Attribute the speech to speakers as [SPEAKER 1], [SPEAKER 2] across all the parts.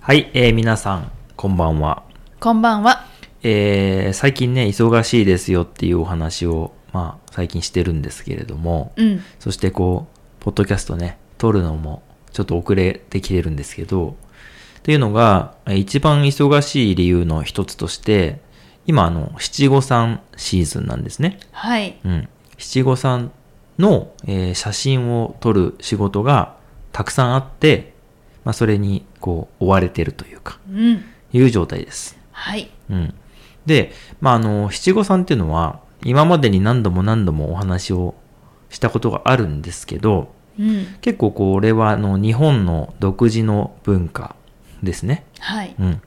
[SPEAKER 1] はい、えー皆さん、こんばんは。
[SPEAKER 2] こんばんは。
[SPEAKER 1] えー最近ね、忙しいですよっていうお話を、まあ、最近してるんですけれども、
[SPEAKER 2] うん。
[SPEAKER 1] そしてこう、ポッドキャストね、撮るのもちょっと遅れてきてるんですけど、っていうのが、えー一番忙しい理由の一つとして、今、あの、七五三シーズンなんですね。
[SPEAKER 2] はい。
[SPEAKER 1] うん。七五三の、えー写真を撮る仕事がたくさんあって、まあ、それに、こう、追われてるというか、
[SPEAKER 2] うん。
[SPEAKER 1] いう状態です。
[SPEAKER 2] はい。
[SPEAKER 1] うん。で、まあ、あの、七五三っていうのは、今までに何度も何度もお話をしたことがあるんですけど、
[SPEAKER 2] うん。
[SPEAKER 1] 結構これは、あの、日本の独自の文化ですね。
[SPEAKER 2] はい。
[SPEAKER 1] うん。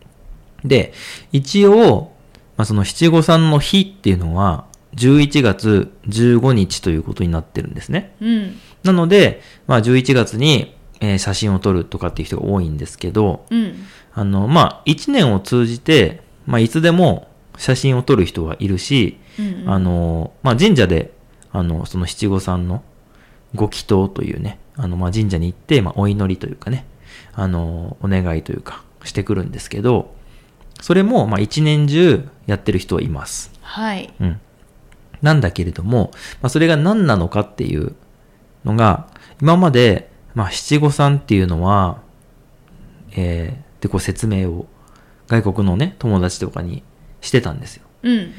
[SPEAKER 1] で、一応、まあ、その七五三の日っていうのは、11月15日ということになってるんですね。
[SPEAKER 2] うん。
[SPEAKER 1] なので、まあ、11月に、えー写真を撮るとかっていう人が多いんですけど、
[SPEAKER 2] うん。
[SPEAKER 1] あの、まあ、1年を通じて、まあ、いつでも写真を撮る人はいるし、
[SPEAKER 2] うん。
[SPEAKER 1] あ、の、まあ、神社で、あの、その七五三のご祈祷というね、あの、まあ、神社に行って、まあ、お祈りというかね、あの、お願いというか、してくるんですけど、それも、まあ、一年中やってる人はいます。
[SPEAKER 2] はい。
[SPEAKER 1] うん。なんだけれども、まあ、それが何なのかっていうのが、今まで、まあ、七五三っていうのは、えー、で、こう説明を外国のね、友達とかにしてたんですよ。
[SPEAKER 2] うん。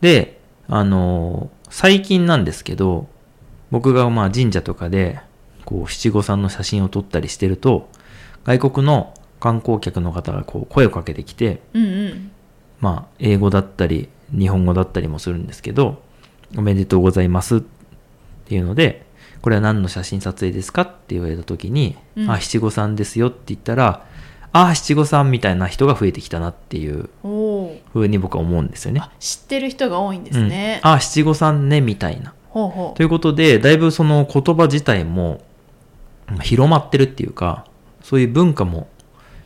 [SPEAKER 1] で、あのー最近なんですけど、僕がまあ神社とかで、こう七五三の写真を撮ったりしてると、外国の観光客の方がこう声をかけてきて、
[SPEAKER 2] うん。うん。
[SPEAKER 1] まあ英語だったり、日本語だったりもするんですけど、おめでとうございますっていうので、これは何の写真撮影ですかって言われた時に、
[SPEAKER 2] うん
[SPEAKER 1] あ、七五三ですよって言ったら、あ、七五三みたいな人が増えてきたなっていう
[SPEAKER 2] おお。
[SPEAKER 1] 風に僕は思うんですよね。
[SPEAKER 2] 知ってる人が多いんですね。
[SPEAKER 1] うん、あ七五三ねみたいな。
[SPEAKER 2] ほうほ
[SPEAKER 1] ということでだいぶその言葉自体もまあ広まってるっていうかそういう文化も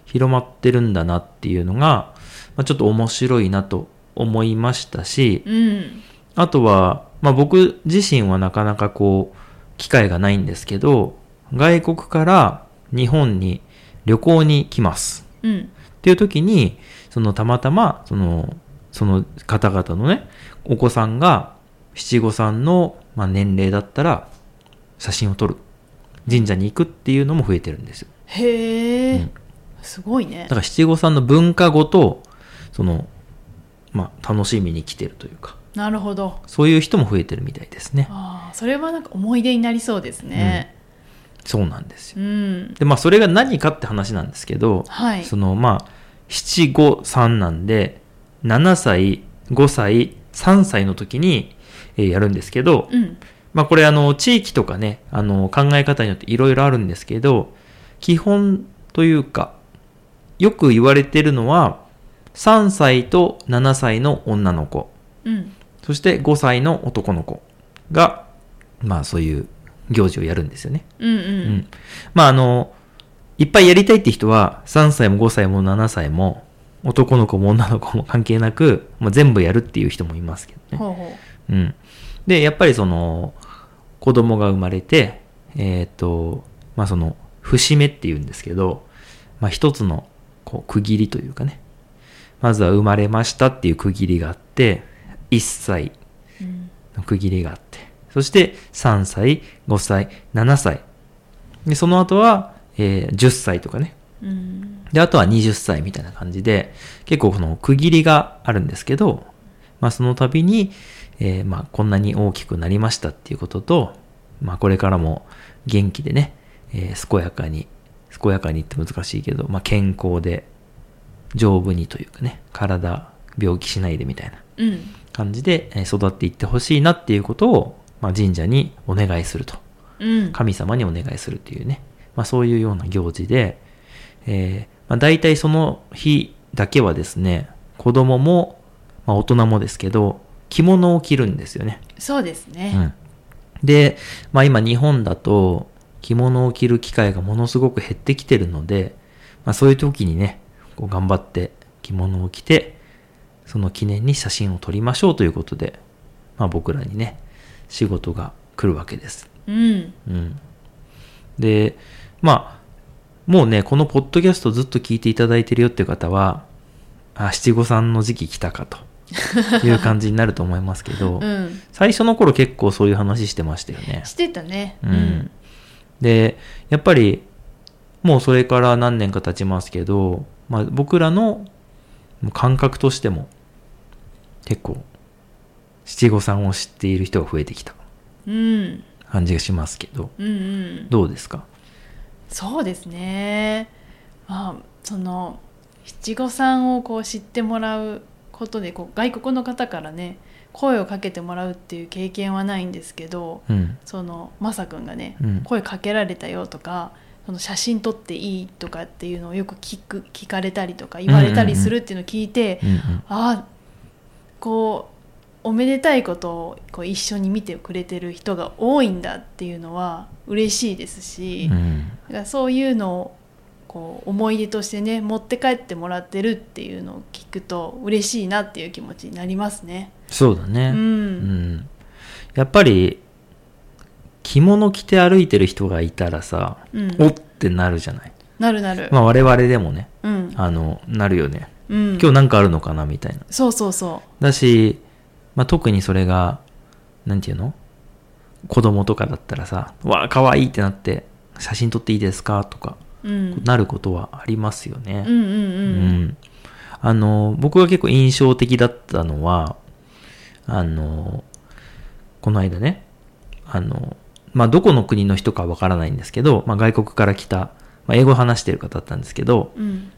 [SPEAKER 1] 広まってるんだなっていうのが、まあ、ちょっと面白いなと思いましたし
[SPEAKER 2] う。うん。
[SPEAKER 1] あとは、まあ、僕自身はなかなかこう機会がないんですけど外国から日本に旅行に来ます。
[SPEAKER 2] うん。
[SPEAKER 1] っていう時に、そのたまたま、その、その方々のね、お子さんが七五三の、まあ、年齢だったら写真を撮る。神社に行くっていうのも増えてるんですよ。
[SPEAKER 2] へえ、
[SPEAKER 1] うん
[SPEAKER 2] すごいね
[SPEAKER 1] だ。から七五三の文化ごと、その、まあ、楽しみに来てるというか、
[SPEAKER 2] なるほど。
[SPEAKER 1] そういう人も増えてるみたいですね。
[SPEAKER 2] ああ、それはなんか思い出になりそうですね。
[SPEAKER 1] そうなんですよ。
[SPEAKER 2] うん。
[SPEAKER 1] で、まあ、それが何かって話なんですけど、
[SPEAKER 2] はい。
[SPEAKER 1] そのまあ七五三なんで7歳5歳3歳の時に、えーやるんですけど、
[SPEAKER 2] うん。
[SPEAKER 1] まあこれあの地域とかねあの考え方によっていろいろあるんですけど基本というかよく言われてるのは3歳と7歳の女の子
[SPEAKER 2] うん。
[SPEAKER 1] そして5歳の男の子がまあそういう行事をやるんですよね。
[SPEAKER 2] うんう
[SPEAKER 1] うんん。まああの、いっぱいやりたいって人は、3歳も5歳も7歳も、男の子も女の子も関係なく、もう全部やるっていう人もいますけどね。
[SPEAKER 2] ほうほ
[SPEAKER 1] うん。で、やっぱりその、子供が生まれて、えっ、と、まあその、節目っていうんですけど、まあ一つの、こう、区切りというかね。まずは生まれましたっていう区切りがあって、1歳、
[SPEAKER 2] う。うん。
[SPEAKER 1] の区切りがあって、そして3歳、5歳、7歳。で、その後は、えー10歳とかね。
[SPEAKER 2] うん。
[SPEAKER 1] で、あとは20歳みたいな感じで、結構この区切りがあるんですけど、まあその度に、えーまあこんなに大きくなりましたっていうことと、まあこれからも元気でね、えー健やかに、健やかにって難しいけど、まあ健康で、丈夫にというかね、体、病気しないでみたいな。
[SPEAKER 2] うん。
[SPEAKER 1] 感じでえー育っていってほしいなっていうことを、まあ、神社にお願いすると。
[SPEAKER 2] うん。
[SPEAKER 1] 神様にお願いするというね。まあそういうような行事で、えーまあ、大体その日だけはですね、子供も、まあ、大人もですけど、着物を着るんですよね。
[SPEAKER 2] そうです
[SPEAKER 1] う
[SPEAKER 2] ね。
[SPEAKER 1] ん、で、まあ今日本だと着物を着る機会がものすごく減ってきてるので、まあそういう時にね、こう頑張って着物を着て、その記念に写真を撮りましょうということで、まあ僕らにね、仕事が来るわけです。
[SPEAKER 2] うん。
[SPEAKER 1] うん。で、まあ、もうね、このポッドキャストずっと聞いていただいてるよっていう方は、あ、七五三の時期来たかという感じになると思いますけど、
[SPEAKER 2] うん
[SPEAKER 1] 最初の頃結構そういう話してましたよね。
[SPEAKER 2] してたね
[SPEAKER 1] うん。で、やっぱり、もうそれから何年か経ちますけど、まあ僕らの感覚としても、結構、七五三を知っている人が増えてきた
[SPEAKER 2] うん
[SPEAKER 1] 感じがしますけど、
[SPEAKER 2] うんうん
[SPEAKER 1] どうですか
[SPEAKER 2] そうですねまあその七五三をこう知ってもらうことでこう外国の方からね声をかけてもらうっていう経験はないんですけど
[SPEAKER 1] うん。
[SPEAKER 2] そのマサ君がね、
[SPEAKER 1] うん
[SPEAKER 2] 声かけられたよとかその写真撮っていいとかっていうのをよく聞く聞かれたりとか言われたりするっていうのを聞いて、
[SPEAKER 1] うんうん。
[SPEAKER 2] ああこうおめでたいことをこう一緒に見てくれてる人が多いんだっていうのは嬉しいですし、
[SPEAKER 1] うん
[SPEAKER 2] だからそういうのをこう思い出としてね持って帰ってもらってるっていうのを聞くと嬉しいなっていう気持ちになりますね。
[SPEAKER 1] そうだね。
[SPEAKER 2] う、
[SPEAKER 1] うんん。やっぱり、着物着て歩いてる人がいたらさ、
[SPEAKER 2] うん
[SPEAKER 1] おってなるじゃない。
[SPEAKER 2] なるなる。
[SPEAKER 1] まあ我々でもね、
[SPEAKER 2] うん、
[SPEAKER 1] あの、なるよね。
[SPEAKER 2] うん、
[SPEAKER 1] 今日なんかあるのかなみたいな。
[SPEAKER 2] そうそうそ
[SPEAKER 1] だし、まあ特にそれが、なんていうの子供とかだったらさ、わあ、かわいいってなって、写真撮っていいですかとか、
[SPEAKER 2] う。うん、
[SPEAKER 1] なることはありますよね。
[SPEAKER 2] うん
[SPEAKER 1] う
[SPEAKER 2] うんうん
[SPEAKER 1] んあの、僕が結構印象的だったのは、あの、この間ね、あの、まあ、どこの国の人かわからないんですけど、まあ、外国から来た、まあ、英語話してる方だったんですけど、
[SPEAKER 2] うん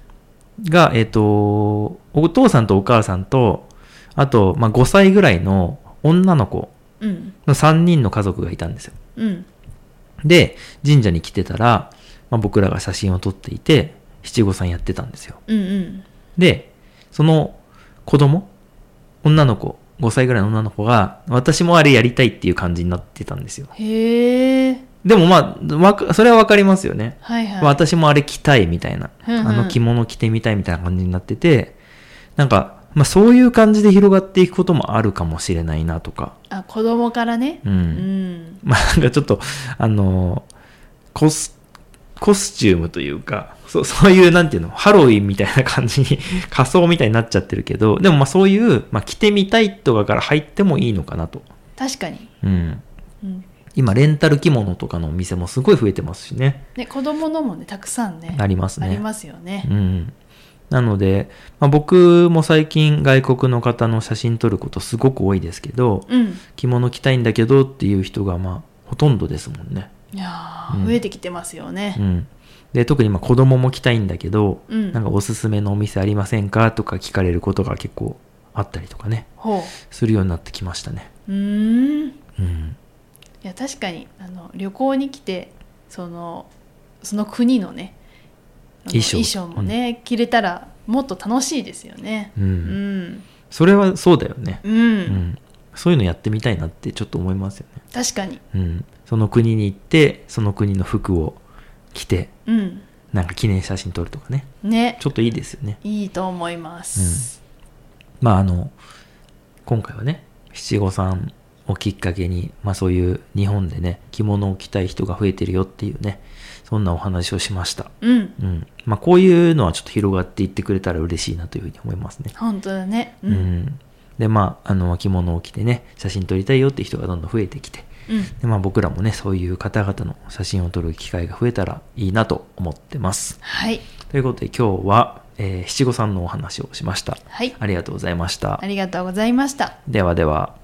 [SPEAKER 1] が、えっ、と、お父さんとお母さんと、あと、まあ、5歳ぐらいの女の子
[SPEAKER 2] うん
[SPEAKER 1] の3人の家族がいたんですよ。
[SPEAKER 2] うん
[SPEAKER 1] で、神社に来てたら、まあ、僕らが写真を撮っていて、七五三やってたんですよ。
[SPEAKER 2] うんうん
[SPEAKER 1] で、その子供、女の子、5歳ぐらいの女の子が、私もあれやりたいっていう感じになってたんですよ。
[SPEAKER 2] へえ
[SPEAKER 1] でもまあ、わかそれはわかりますよね。
[SPEAKER 2] はいはい。
[SPEAKER 1] 私もあれ着たいみたいな、
[SPEAKER 2] うんうん
[SPEAKER 1] あの着物着てみたいみたいな感じになってて、なんか、まあそういう感じで広がっていくこともあるかもしれないなとか、
[SPEAKER 2] あ子供からね。
[SPEAKER 1] う。
[SPEAKER 2] うんん
[SPEAKER 1] まあなんかちょっと、あのコス、コスチュームというか、そう、そういう、なんていうの、ハロウィンみたいな感じ に、仮装みたいになっちゃってるけど、でもまあそういう、まあ着てみたいとかから入ってもいいのかなと。
[SPEAKER 2] 確かに。
[SPEAKER 1] うん。
[SPEAKER 2] うん
[SPEAKER 1] 今、レンタル着物とかのお店もすごい増えてますしね。
[SPEAKER 2] ね子供のもねたくさんね
[SPEAKER 1] ありますね。
[SPEAKER 2] ありますよね。
[SPEAKER 1] うん。なので、まあ、僕も最近外国の方の写真撮ることすごく多いですけど、
[SPEAKER 2] うん。
[SPEAKER 1] 着物着たいんだけどっていう人がまあほとんどですもんね。
[SPEAKER 2] いや
[SPEAKER 1] うん
[SPEAKER 2] ー増えてきてますよね
[SPEAKER 1] う。ん。で、特に今子供も着たいんだけど、
[SPEAKER 2] うん
[SPEAKER 1] なんかおすすめのお店ありませんかとか聞かれることが結構あったりとかね、
[SPEAKER 2] ほ
[SPEAKER 1] するようになってきましたね。
[SPEAKER 2] う。うーん。い
[SPEAKER 1] うん。
[SPEAKER 2] や確かにあの旅行に来てそのその国のねあの
[SPEAKER 1] 衣装
[SPEAKER 2] もね、着れたらもっと楽しいですよね。
[SPEAKER 1] うん
[SPEAKER 2] うん。
[SPEAKER 1] それはそうだよね。
[SPEAKER 2] うん。
[SPEAKER 1] うん。そういうのやってみたいなってちょっと思いますよね。
[SPEAKER 2] 確かに。
[SPEAKER 1] うん。その国に行って、その国の服を着て、
[SPEAKER 2] うん。
[SPEAKER 1] なんか記念写真撮るとかね。
[SPEAKER 2] ね
[SPEAKER 1] ちょっといいですよね。
[SPEAKER 2] いいと思います。
[SPEAKER 1] まああの、今回はね、七五三をきっかけに、まあそういう日本でね、着物を着たい人が増えてるよっていうね、そんなお話をしました。
[SPEAKER 2] うん。
[SPEAKER 1] うん。まあこういうのはちょっと広がっていってくれたら嬉しいなというふうに思いますね。
[SPEAKER 2] 本当だね。
[SPEAKER 1] う。ん。で、まあ、あの、着物を着てね、写真撮りたいよって人がどんどん増えてきて、
[SPEAKER 2] うん。
[SPEAKER 1] で、まあ僕らもね、そういう方々の写真を撮る機会が増えたらいいなと思ってます。
[SPEAKER 2] はい。
[SPEAKER 1] ということで今日は、えー七五三のお話をしました。
[SPEAKER 2] はい。
[SPEAKER 1] ありがとうございました
[SPEAKER 2] あ。りがとうございました。
[SPEAKER 1] ではでは。